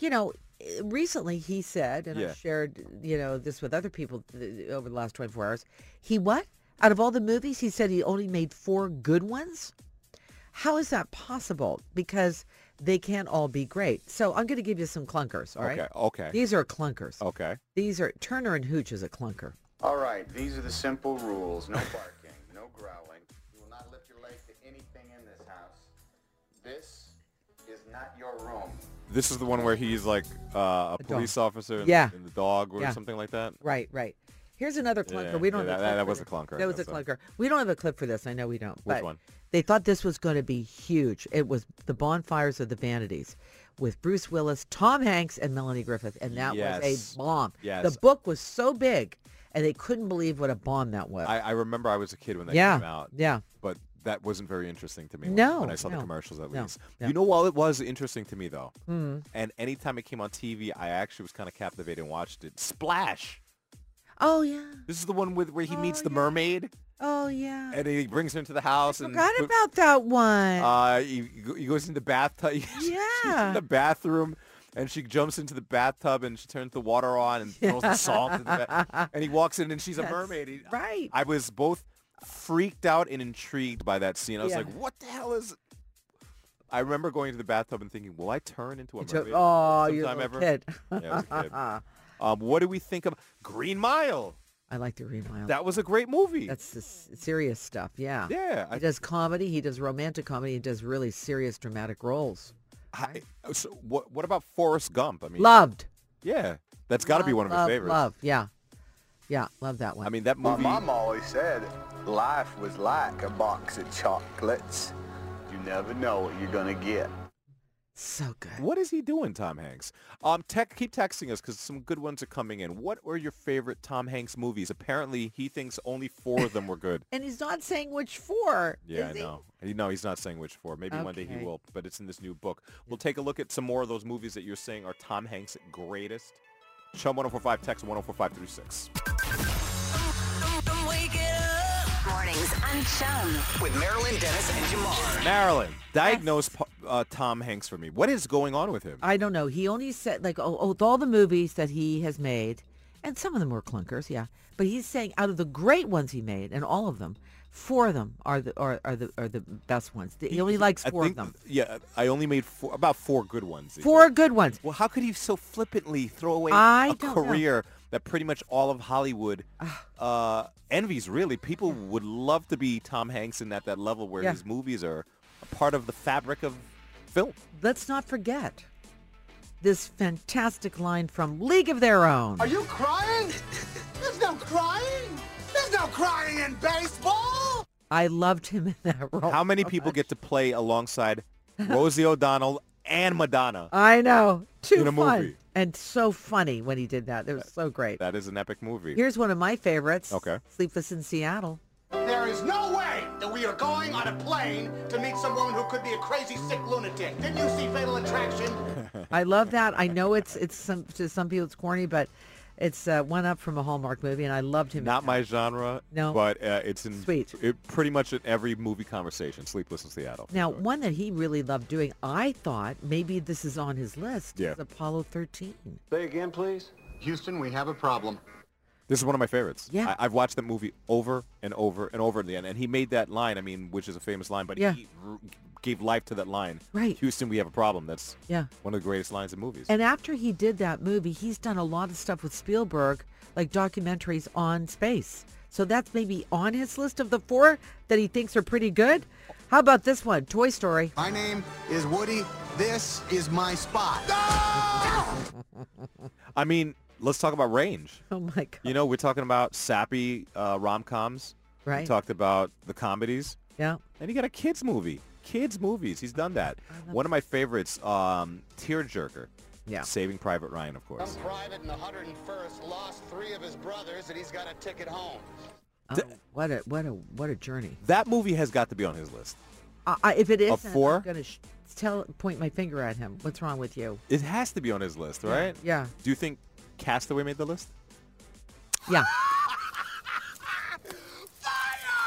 D: you know, eh, recently he said, and
C: Yeah.
D: I shared, you know, this with other people th- over the last 24 hours. He what? Out of all the movies, he said he only made four good ones. How is that possible? Because they can't all be great. So I'm going to give you some clunkers. All right.
C: Okay, okay.
D: These are clunkers.
C: okay.
D: These are Turner and Hooch is a clunker.
H: All right, these are the simple rules. No barking, no growling. You will not lift your leg to anything in this house. This is not your room.
C: This is the one where he's like uh, a police officer and,
D: Yeah.
C: and the dog or
D: Yeah.
C: something like that.
D: Right. Right. Here's another clunker.
C: Yeah,
D: we don't
C: yeah,
D: have
C: that- that
D: for
C: was a
D: this.
C: clunker, I
D: That was a
C: guess, so.
D: clunker. We don't have a clip for this. I know we don't.
C: Which
D: but
C: one?
D: They thought this was going to be huge. It was the bonfires of the vanities with Bruce Willis, Tom Hanks, and Melanie Griffith, and that
C: Yes.
D: was a bomb.
C: Yes.
D: The book was so big, and they couldn't believe what a bomb that was.
C: I, I remember I was a kid when that
D: Yeah,
C: came out.
D: yeah.
C: But that wasn't very interesting to me when,
D: No,
C: when I saw the
D: no,
C: commercials at
D: no, Hmm.
C: least.
D: no.
C: You know what it was interesting to me though? Mm. And anytime it came on TV, I actually was kind of captivated and watched it. Splash.
D: oh yeah.
C: This is the one with where he meets
D: Oh,
C: the
D: yeah.
C: mermaid
D: Oh yeah.
C: and he brings her into the house and
D: Forgot
C: put-
D: about that one.
C: Uh, he, he goes into the bathtub. She's
D: Yeah.
C: in the bathroom. And she jumps into the bathtub and she turns the water on and throws the salt in the bath. And he walks in and she's a mermaid. He-
D: right.
C: I was both freaked out and intrigued by that scene. I was
D: Yeah.
C: like, what the hell is... I remember going to the bathtub and thinking, will I turn into a
D: To-
C: mermaid?
D: oh,
C: sometime
D: you little
C: ever?
D: kid.
C: Yeah, I was a kid. um, what do we think of Green Mile?
D: I like the Green Mile.
C: That was a great movie.
D: That's the s- serious stuff. Yeah.
C: yeah.
D: He
C: I,
D: does comedy. He does romantic comedy. He does really serious dramatic roles.
C: I, so what, what about Forrest Gump? I mean,
D: Loved.
C: yeah, that's got to be one of his
D: love,
C: favorites.
D: Love. Yeah. Yeah. Love that one.
C: I mean, that
H: My
C: movie.
H: mom always said life was like a box of chocolates. You never know what you're gonna get.
D: So good.
C: What is he doing, Tom Hanks? Um, tech, keep texting us because some good ones are coming in. What were your favorite Tom Hanks movies? Apparently, he thinks only four of them were good.
D: And he's not saying which four.
C: Yeah,
D: is
C: I
D: he?
C: know. He, no, he's not saying which four. Maybe one day
D: Okay.
C: he will, but it's in this new book. We'll take a look at some more of those movies that you're saying are Tom Hanks' greatest. Chum 1045, text 104536.
A: Mornings on Chum.
E: With Marilyn Dennis and Jamar.
C: Marilyn, diagnose pa- uh, Tom Hanks for me. What is going on with him?
D: I don't know. He only said like oh, oh, with all the movies that he has made, and some of them were clunkers, yeah. But he's saying out of the great ones he made, and all of them, four of them are the are, are the are the best ones. He only likes
C: I
D: four
C: think,
D: of them.
C: Yeah, I only made four, about four good ones. he
D: Four
C: said.
D: good ones.
C: Well, how could he so flippantly throw away
D: I
C: a
D: don't know.
C: career that pretty much all of Hollywood uh, envies? Really, people would love to be Tom Hanks and at that level where
D: Yeah.
C: his movies are a part of the fabric of film.
D: Let's not forget this fantastic line from League of Their Own.
I: Are you crying? There's no crying. There's no crying in baseball.
D: I loved him in that role.
C: How many
D: so
C: people
D: much.
C: get to play alongside Rosie O'Donnell and Madonna?
D: I know. Too
C: in a
D: fun
C: movie?
D: and so funny when he did that. It was so great.
C: That is an epic movie.
D: Here's one of my favorites.
C: Okay.
D: Sleepless in Seattle.
I: There is no way that we are going on a plane to meet some woman who could be a crazy sick lunatic. Didn't you see Fatal Attraction?
D: I love that. I know it's it's some to some people it's corny, but it's uh, one up from a Hallmark movie, and I loved him. in
C: Not
D: that.
C: my genre,
D: No.
C: but uh, it's in
D: Sweet.
C: It, pretty much in every movie conversation. Sleepless in Seattle.
D: Now,
C: So-
D: one that he really loved doing, I thought maybe this is on his list,
C: Yeah.
D: is Apollo 13.
I: Say again, please. Houston, we have a problem.
C: This is one of my favorites.
D: Yeah.
C: I, I've watched that movie over and over and over again. And he made that line, I mean, which is a famous line, but
D: Yeah.
C: he r- gave life to that line.
D: Right.
C: Houston, we have a problem. That's
D: Yeah.
C: one of the greatest lines in movies.
D: And after he did that movie, he's done a lot of stuff with Spielberg, like documentaries on space. So that's maybe on his list of the four that he thinks are pretty good. How about this one, Toy Story?
I: My name is Woody. This is my spot.
C: I mean, let's talk about range.
D: Oh my God.
C: You know, we're talking about sappy uh, rom-coms. We
D: Right.
C: talked about the comedies.
D: Yeah.
C: And he got a kids movie. Kids movies. He's done that. One of my favorites, um, Tearjerker.
D: Yeah.
C: Saving Private Ryan, of course.
I: private in the 101st lost three of his brothers and he's got a ticket home.
D: Oh, what a what a what a journey.
C: That movie has got to be on his list.
D: I, I, if it is,
C: four?
D: I'm gonna sh- tell point my finger at him. What's wrong with you?
C: It has to be on his list, right?
D: yeah.
C: Do you think Castaway made the list?
D: Yeah.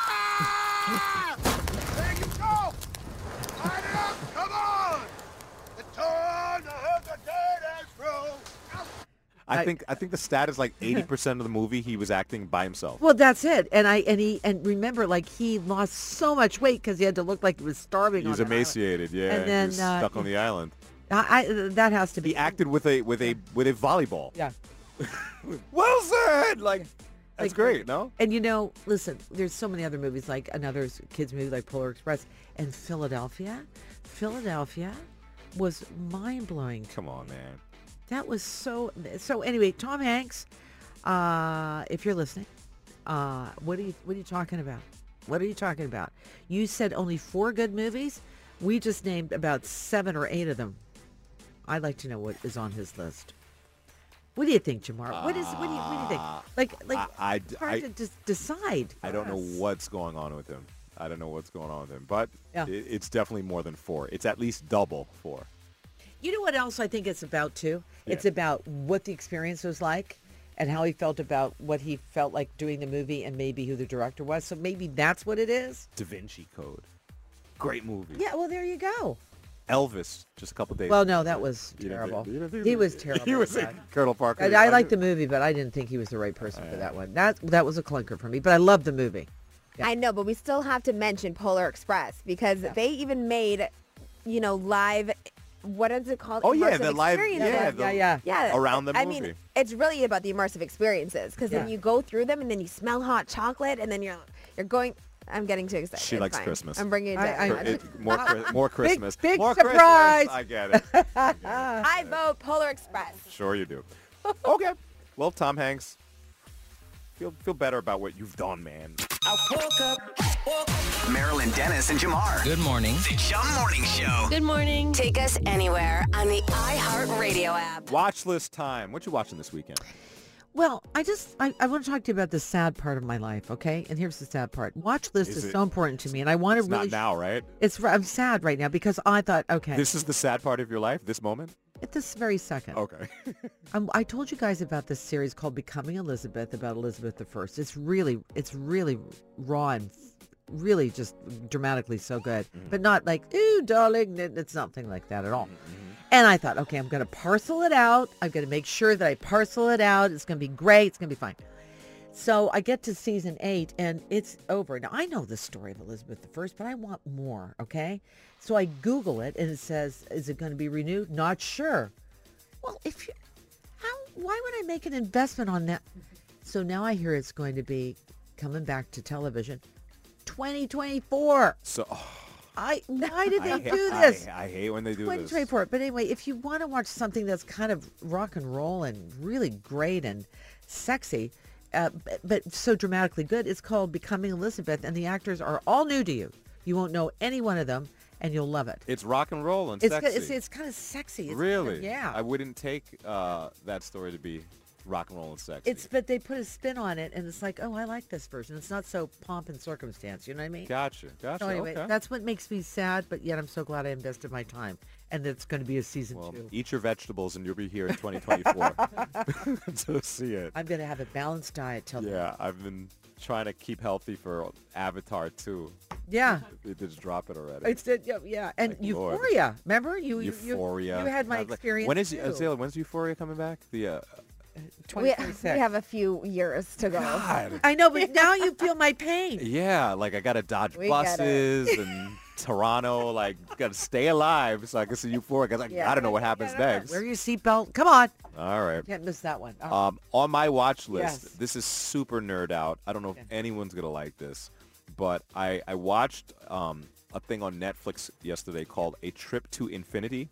I: Fire! there you go! Light it up! Come on! The torn, the hook, the dirt and screw.
C: I,
D: I-
C: think I think the stat is like eighty percent of the movie he was acting by himself.
D: Well, that's it. And I and he and remember, like he lost so much weight because he had to look like he was starving.
C: He was
D: on that island.
C: emaciated, yeah.
D: And
C: he was
D: then, uh,
C: stuck on the island.
D: I, I, that has to be.
C: He acted with a with a with a volleyball.
D: Yeah.
C: Wilson, like that's
D: Like,
C: great, no?
D: And you know, listen, there's so many other movies like another s- kids movie like Polar Express and Philadelphia. Philadelphia was mind blowing.
C: Come on, man.
D: That was so. So anyway, Tom Hanks, uh, if you're listening, uh, what are you what are you talking about? What are you talking about? You said only four good movies. We just named about seven or eight of them. I'd like to know what is on his list. What do you think, Jamar? What is what do you what do you think? Like like
C: Uh, I- I-
D: it's hard
C: I-
D: to just decide.
C: I don't know
D: Yes.
C: what's going on with him. I don't know what's going on with him, but
D: Yeah.
C: it, it's definitely more than four. It's at least double four.
D: You know what else I think it's about too?
C: Yeah.
D: It's about what the experience was like and how he felt about what he felt like doing the movie and maybe who the director was. So maybe that's what it is.
C: Da Vinci Code, great movie.
D: Yeah, well there you go.
C: Elvis, just a couple days.
D: Well, no, that was
C: You don't think-
D: terrible.
C: you don't think-
D: He was terrible.
C: He was
D: at
C: a
D: that.
C: Colonel Parker.
D: I, I liked the movie, but I didn't think he was the right person
C: Uh,
D: for that one. That that was a clunker for me, but I love the movie.
F: I know, but we still have to mention Polar Express because they even made, you know, live. What is it called?
C: Oh yeah,
F: Immersive
C: the live
F: experiences.
C: yeah,
D: Yeah,
C: the-
D: yeah.
F: Yeah,
C: around the
F: I
C: movie.
F: mean, it's really about the immersive experiences because then
D: Yeah.
F: you go through them and then you smell hot chocolate and then you're you're going. I'm getting too excited.
C: She
F: It's
C: likes
F: fine.
C: Christmas.
F: I'm bringing it down.
D: I-
F: I,
D: I-
C: It- more, Chri- more Christmas.
D: big
C: more
D: surprise.
C: Christmas. I get it.
F: vote Polar Express.
C: Sure you do. Okay. Well, Tom Hanks, feel feel better about what you've done, man.
E: Marilyn Dennis and Jamar.
J: Good morning.
E: The Jum Morning Show.
K: Good morning.
A: Take us anywhere on the iHeartRadio app.
C: Watch list time. What you watching this weekend?
D: Well, I just I, I want to talk to you about the sad part of my life, okay? And here's the sad part. Watch list
C: Is
D: is,
C: it-
D: so important to me, and I want to
C: It's
D: really.
C: not now, right?
D: It's I'm sad right now because I thought, okay,
C: This Oh, is the sad part of your life. This moment.
D: at this very second,
C: Okay.
D: Um, I told you guys about this series called Becoming Elizabeth about Elizabeth I. It's really, it's really raw and really just dramatically so good, but not like, ooh, darling, n- it's nothing like that at all. And I thought, okay, I'm going to parcel it out. I'm going to make sure that I parcel it out. It's going to be great. It's going to be fine. So I get to season eight and it's over. Now I know the story of Elizabeth I, but I want more, okay? So I Google it and it says, is it going to be renewed? Not sure. Well, if you, how, why would I make an investment on that? So now I hear it's going to be coming back to television 2024.
C: So oh,
D: I, why did
C: I
D: they
C: ha-
D: do this?
C: I, I hate when they do
D: Went
C: this.
D: to report. But anyway, if you want to watch something that's kind of rock and roll and really great and sexy, uh, but, but so dramatically good, it's called Becoming Elizabeth, and the actors are all new to you. You won't know any one of them, and you'll love it.
C: It's rock and roll and
D: It's
C: sexy.
D: it's, it's kind of sexy. It's kinda-
C: really?
D: yeah.
C: I wouldn't take uh, that story to be rock and roll and sexy.
D: It's but they put a spin on it, and it's like, oh, I like this version. It's not so pomp and circumstance. You know what I mean?
C: gotcha. Gotcha.
D: So anyway,
C: okay.
D: that's what makes me sad, but yet I'm so glad I invested my time, and it's going to be a season
C: well, e
D: two.
C: eat your vegetables and you'll be here in 2024 to see it.
D: I'm going to have a balanced diet till yeah.
C: Yeah, I've been trying to keep healthy for Avatar too.
D: yeah.
C: They just drop it already.
D: It's it, yeah, yeah, and
C: Like, Lord.
D: Euphoria. Remember you, you- you-
C: Euphoria.
D: You, had my
C: Not like-
D: experience.
C: When is
D: too.
C: uh, Zayla, When's Euphoria coming back? The uh,
F: We,
D: 2026.
F: we have a few years to go.
C: God.
D: Ah, I know, but now you feel my pain.
C: Yeah, like I gotta dodge
F: We get it.
C: buses and Toronto. Like gotta stay alive so I can see Euphoria. Cause I,
F: Yeah.
C: I don't know what happens next.
D: Wear your seatbelt. Come on,
C: All right.
D: can't miss that one. Oh, All right.
C: Um, on my watch list,
D: Yes.
C: this is super nerd out. I don't know if anyone's gonna like this, but I I watched um, a thing on Netflix yesterday called A Trip to Infinity,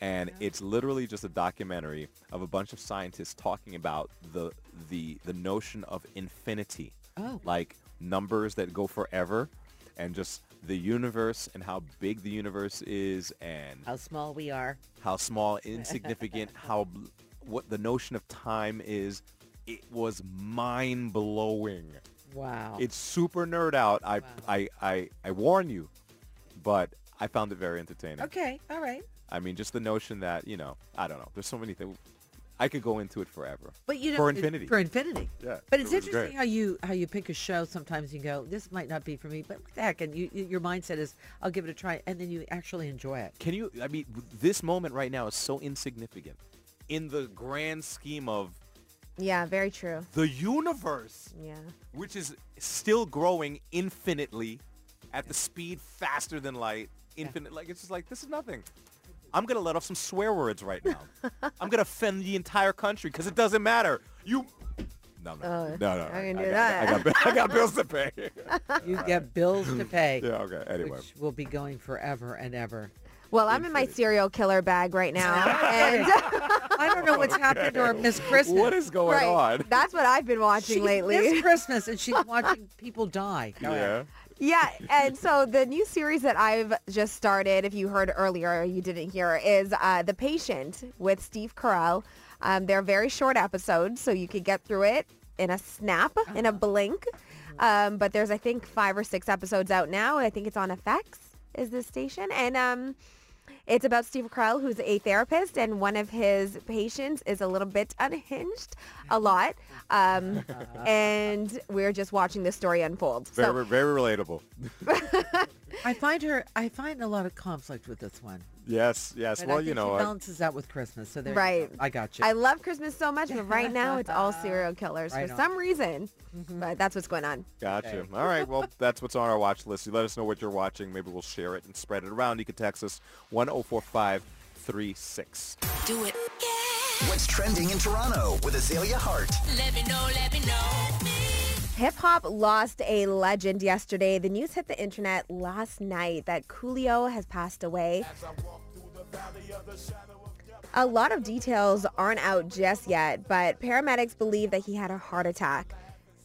C: and it's literally just a documentary of a bunch of scientists talking about the the the notion of infinity,
D: Oh.
C: like numbers that go forever, and just the universe and how big the universe is and
D: How small we are.
C: how small, insignificant, how bl- what the notion of time is. It was mind blowing.
D: Wow.
C: It's super nerd out. I, I I I warn you, but I found it very entertaining.
D: okay. All right.
C: I mean, just the notion that you know, I don't know. There's so many things. I could go into it forever.
D: But you know,
C: for
D: it-
C: infinity.
D: For infinity.
C: Yeah,
D: But it's
C: it was
D: interesting
C: great.
D: how you how you pick a show. Sometimes you go, this might not be for me, but what the heck? And you, you your mindset is, I'll give it a try, and then you actually enjoy it.
C: Can you? I mean, this moment right now is so insignificant in the grand scheme of
F: Yeah, very true.
C: the universe.
F: Yeah.
C: which is still growing infinitely at the speed faster than light. Infinite, like it's just like this is nothing. I'm gonna let off some swear words right now. I'm gonna offend the entire country because it doesn't matter. You, no, no,
F: Oh,
C: no, no.
F: I
C: I
F: can
C: I
F: do
C: got- I got, I got bills to pay.
D: You get bills to pay,
C: yeah. Okay. Anyway.
D: which will be going forever and ever.
F: Well, I'm in my serial killer bag right now. and
D: I don't know what's happened to her Miss Christmas.
C: What is going
F: right,
C: on?
F: that's what I've been watching
D: She's
F: lately.
D: Miss Christmas, and she's watching people die. Go
C: Yeah.
D: ahead.
F: Yeah, and so the new series that I've just started, if you heard earlier, you didn't hear, is uh, The Patient with Steve Carell. Um, they're very short episodes, so you could get through it in a snap, in a blink. Um, but there's, I think, five or six episodes out now. I think it's on FX is this station. And um, it's about Steve Carell, who's a therapist, and one of his patients is a little bit unhinged, a lot. Um, and we're just watching this story unfold. So-
C: Very, very relatable.
D: I find her. I find a lot of conflict with this one.
C: Yes, yes.
D: But I
C: well,
D: think
C: you know,
D: she
C: I-
D: balances out with Christmas. So there. you
F: Right.
D: go. I got you.
F: I love Christmas so much, but right now it's all serial killers
D: Right
F: for
D: on. Mm-hmm.
F: some reason. But that's what's going on.
C: Gotcha. All right. Well, that's what's on our watch list. You let us know what you're watching. Maybe we'll share it and spread it around. You can text us 104536.
B: Do it.
E: What's trending in Toronto with Azalea Hart?
F: Hip hop lost a legend yesterday. The news hit the internet last night that Coolio has passed away. A lot of details aren't out just yet, but paramedics believe that he had a heart attack.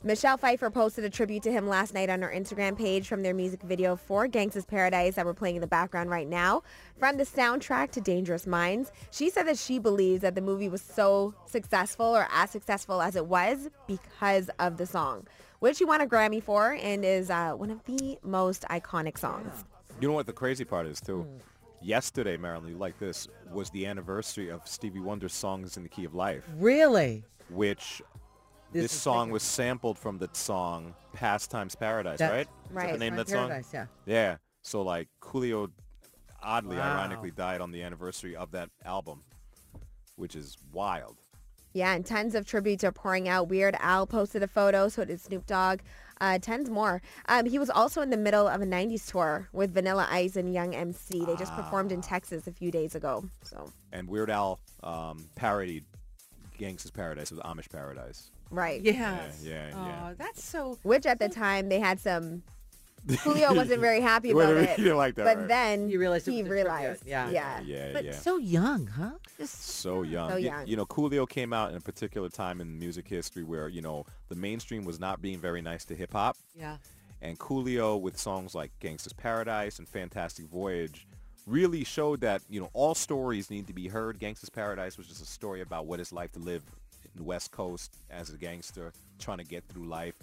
F: Michelle Pfeiffer posted a tribute to him last night on her Instagram page from their music video for Gangsta's Paradise that we're playing in the background right now. From the soundtrack to Dangerous Minds, she said that she believes that the movie was so successful or as successful as it was because of the song, which he won a Grammy for and is uh, one of the most iconic songs.
C: You know what the crazy part is too?
D: Hmm.
C: Yesterday, Marilyn, you like this, was the anniversary of Stevie Wonder's Songs in the Key of Life,
D: Really?
C: which this,
D: Mm. is
C: song was sampled from the song Pastimes Paradise,
D: That-
C: right? Is that
F: Right.
C: the name of that
D: Paradise,
C: song?
D: yeah.
C: Yeah. So like Coolio oddly,
D: Wow.
C: ironically died on the anniversary of that album, which is wild.
F: Yeah, and tons of tributes are pouring out. Weird Al posted a photo, so did Snoop Dogg. Uh, tons more. Um, he was also in the middle of a 90s tour with Vanilla Ice and Young MC. They just performed
C: Ah.
F: in Texas a few days ago. So,
C: And Weird Al um, parodied Gangsta's Paradise with Amish Paradise.
F: right.
D: Yes.
C: yeah, yeah.
D: Oh, that's so.
F: Which at the time they had some, Julio wasn't very happy about
C: Wait,
F: it.
C: you didn't like that,
F: But
C: right?
F: then
D: You realized it
F: he
D: was a tribute,
F: realized.
D: yeah.
F: Yeah.
C: Yeah,
D: But
C: yeah.
D: so young, huh? Just
C: so young.
F: Oh, So
C: Y-
F: young.
C: You, know, Coolio came out in a particular time in music history where, you know, the mainstream was not being very nice to hip hop.
D: yeah.
C: And Coolio with songs like Gangsta's Paradise and Fantastic Voyage really showed that, you know, all stories need to be heard. Gangsta's Paradise was just a story about what it's like to live in the West Coast as a gangster trying to get through life.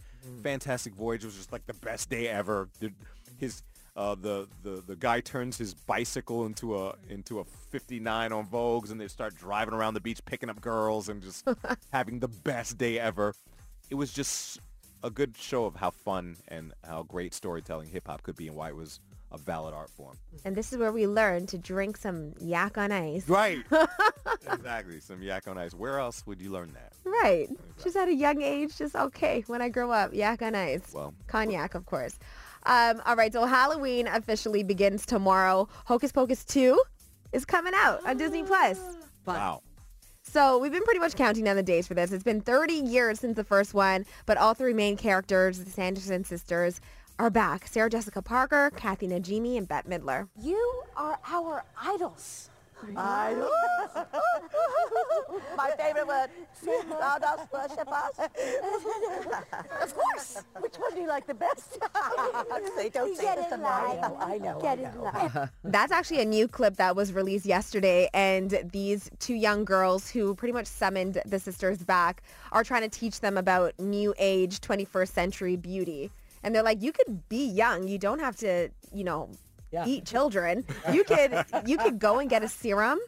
C: Fantastic Voyage was just like the best day ever. The- His uh, the, the the guy turns his bicycle into a into a 59 on Vogue's and they start driving around the beach picking up girls and just having the best day ever. It was just a good show of how fun and how great storytelling hip hop could be and why it was a valid art form.
F: And this is where we learned to drink some yak on ice.
C: Right. exactly. Some yak on ice. Where else would you learn that?
F: Right. Just at a young age, just okay. When I grow up, yak on ice.
C: Well-
F: cognac, of course. Um, all right. So Halloween officially begins tomorrow. Hocus Pocus 2 is coming out on
C: Ah.
F: Disney Plus.
C: Wow.
F: So we've been pretty much counting down the days for this. It's been 30 years since the first one, but all three main characters, the Sanderson sisters, are back. Sarah Jessica Parker, Kathy Najimy, and Bette Midler.
B: You are our idols.
G: My favorite word. Stardust worship us.
B: Of course.
G: Which one do you like the best? say, don't say
B: Get
G: it
B: in
G: to Mario.
B: line.
G: I know.
B: Get
G: I know.
B: in line.
F: That's actually a new clip that was released yesterday, and these two young girls who pretty much summoned the sisters back are trying to teach them about new age 21st century beauty. And they're like, you could be young. You don't have to, you know,
D: Yeah.
F: eat children. You could you could go and get a serum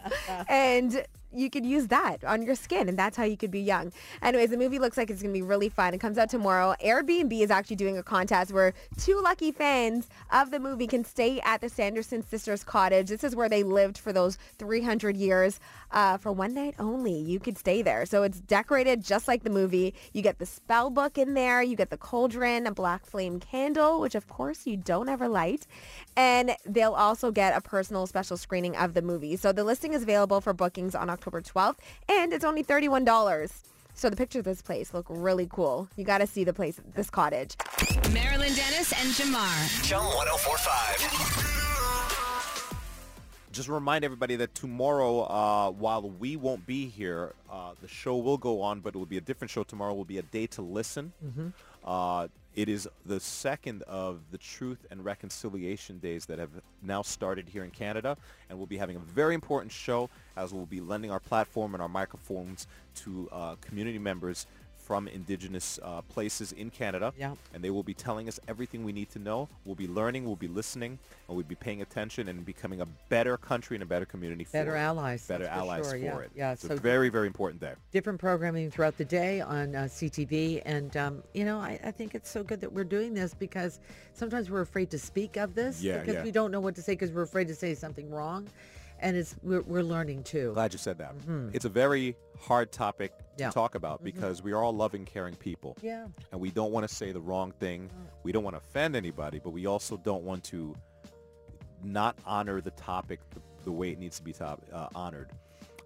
F: and you could use that on your skin and that's how you could be young. Anyways, the movie looks like it's going to be really fun. It comes out tomorrow. Airbnb is actually doing a contest where two lucky fans of the movie can stay at the Sanderson sisters cottage. This is where they lived for those 300 years uh, for one night only. You could stay there. So it's decorated just like the movie. You get the spell book in there. You get the cauldron, a black flame candle, which of course you don't ever light. And they'll also get a personal special screening of the movie. So the listing is available for bookings on October 12th and it's only $31. So the pictures of this place look really cool. You got to see the place, this cottage.
A: Marilyn Dennis and Jamar.
E: Chum 1045.
C: Just remind everybody that tomorrow, uh, while we won't be here, uh, the show will go on, but it will be a different show. Tomorrow will be a day to listen. Uh, it is the second of the Truth and Reconciliation Days that have now started here in Canada, and we'll be having a very important show as we'll be lending our platform and our microphones to uh, community members from indigenous uh, places in Canada.
D: Yeah.
C: And they will be telling us everything we need to know. We'll be learning, we'll be listening, and we'll be paying attention and becoming a better country and a better community for
D: Better
C: it.
D: allies,
C: Better
D: that's for
C: allies
D: sure,
C: for
D: yeah,
C: it.
D: yeah,
C: It's
D: so-
C: a very, very important day.
D: different programming throughout the day on uh, CTV. And, um, you know, I, I think it's so good that we're doing this because sometimes we're afraid to speak of this
C: Yeah,
D: because
C: yeah.
D: we don't know what to say because we're afraid to say something wrong. And it's we're, we're learning too.
C: Glad you said that. It's a very hard topic
D: Mm-hmm. Yeah. Mm-hmm.
C: to talk about because we are all loving, caring people.
D: Yeah.
C: And we don't want to say the wrong thing. We don't want to offend anybody, but we also don't want to not honor the topic the, the way it needs to be top, uh, honored.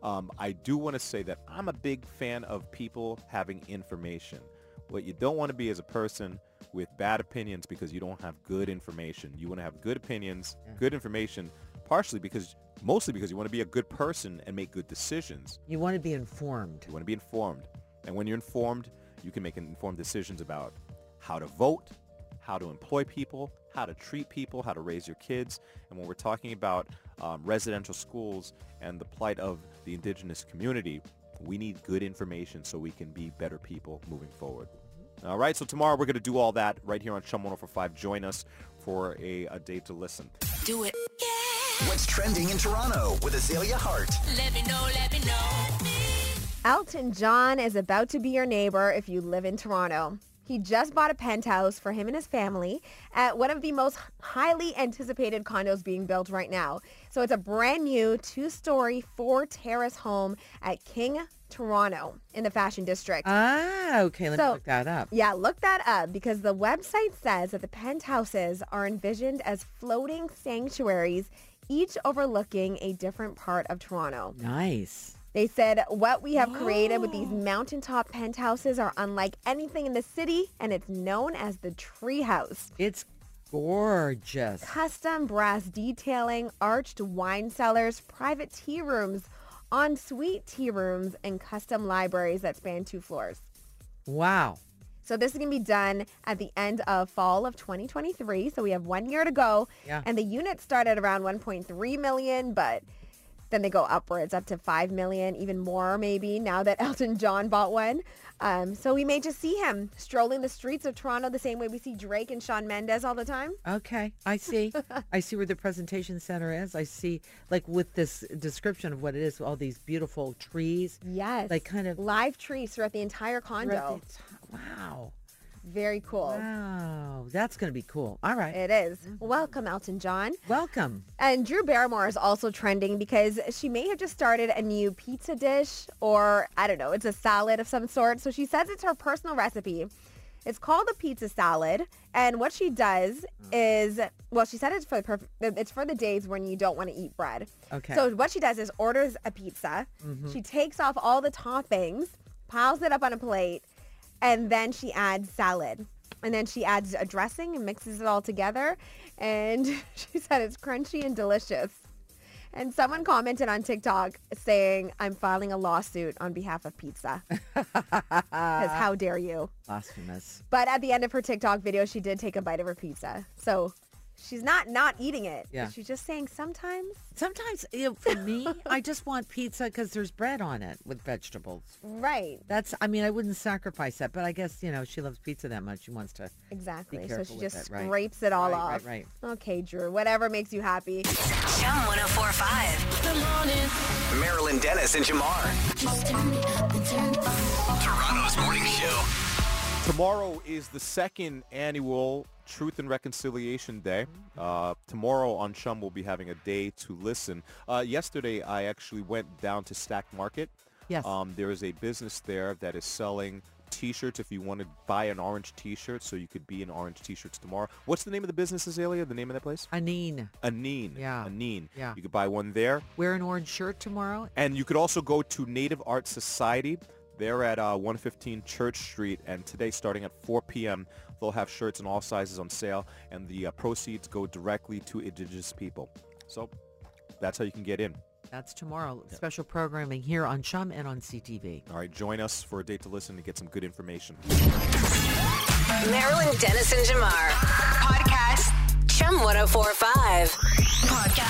C: Um, I do want to say that I'm a big fan of people having information. What you don't want to be is a person with bad opinions because you don't have good information. You want to have good opinions, good information, partially because, mostly because you want to be a good person and make good decisions.
D: You want to be informed.
C: You want to be informed. And when you're informed, you can make informed decisions about how to vote, how to employ people, how to treat people, how to raise your kids. And when we're talking about um, residential schools and the plight of the indigenous community, we need good information so we can be better people moving forward. All right, so tomorrow we're going to do all that right here on Chum 1045. Join us for a, a day to listen.
B: Do it.
E: What's trending in Toronto with Azalea Hart?
A: Let me know, let me know.
F: Elton John is about to be your neighbor if you live in Toronto. He just bought a penthouse for him and his family at one of the most highly anticipated condos being built right now. So it's a brand new two-story, four-terrace home at King Toronto in the Fashion District.
D: Ah, okay. Let me
F: So-
D: look that up.
F: Yeah, look that up because the website says that the penthouses are envisioned as floating sanctuaries, each overlooking a different part of Toronto.
D: Nice.
F: They said, what we have created with these mountaintop penthouses are unlike anything in the city, and it's known as the treehouse.
D: It's gorgeous.
F: Custom brass detailing, arched wine cellars, private tea rooms, ensuite tea rooms, and custom libraries that span two floors.
D: Wow.
F: So this is going to be done at the end of fall of 2023. So we have one year to go.
D: Yeah.
F: And the units start at around 1.3 million, but then they go upwards up to 5 million, even more maybe now that Elton John bought one. Um, so we may just see him strolling the streets of Toronto the same way we see Drake and Sean Mendes all the time.
D: Okay, I see. I see where the presentation center is. I see, like, with this description of what it is, all these beautiful trees.
F: Yes.
D: Like, kind of.
F: live trees throughout the entire condo.
D: Wow.
F: Very cool.
D: Wow. That's going to be cool. All right.
F: Oh. It is. Welcome, Elton John.
D: Welcome.
F: And Drew Barrymore is also trending because she may have just started a new pizza dish or I don't know, it's a salad of some sort. So she says it's her personal recipe. It's called a pizza salad, and what she does is, well, she said it's for the perf- it's for the days when you don't want to eat bread.
D: Okay.
F: So what she does is orders a pizza. She takes off all the toppings, piles it up on a plate, and then she adds salad. And then she adds a dressing and mixes it all together. And she said it's crunchy and delicious. And someone commented on TikTok saying, I'm filing a lawsuit on behalf of pizza. Because how dare you?
D: Blasphemous.
F: But at the end of her TikTok video, she did take a bite of her pizza. So she's not not eating it.
D: Yeah.
F: She's just saying sometimes.
D: Sometimes, you know, for me, I just want pizza because there's bread on it with vegetables.
F: Right.
D: That's, I mean, I wouldn't sacrifice that, but I guess, you know, she loves pizza that much. She wants to.
F: Exactly. So
D: careful
F: she
D: with
F: just
D: that, right.
F: scrapes it all
D: Right, right,
F: off.
D: right.
F: Okay, Drew, whatever makes you happy.
A: Chum 1045.
E: Marilyn Dennis and Jamar. Toronto's morning show.
C: Tomorrow is the second annual Truth and Reconciliation Day.
D: Mm-hmm.
C: Uh, tomorrow on Chum, we'll be having a day to listen. Uh, yesterday, I actually went down to Stack Market.
D: Yes.
C: Um, there is a business there that is selling t-shirts if you want to buy an orange t-shirt so you could be in orange t-shirts tomorrow. What's the name of the business, Azalea? The name of that place?
D: Anine,
C: Anine.
D: Yeah.
C: Anine.
D: Yeah.
C: You could buy one there.
D: wear an orange shirt tomorrow.
C: And you could also go to Native Art Society. They're at uh, 115 Church Street, and today, starting at 4 p.m., they'll have shirts in all sizes on sale, and the uh, proceeds go directly to Indigenous people. So that's how you can get in.
D: That's tomorrow. Special programming here on Chum and on CTV.
C: All right, join us for a date to listen to get some good information.
A: oh Marilyn Dennis and Jamar. Podcast Chum 1045. Podcast.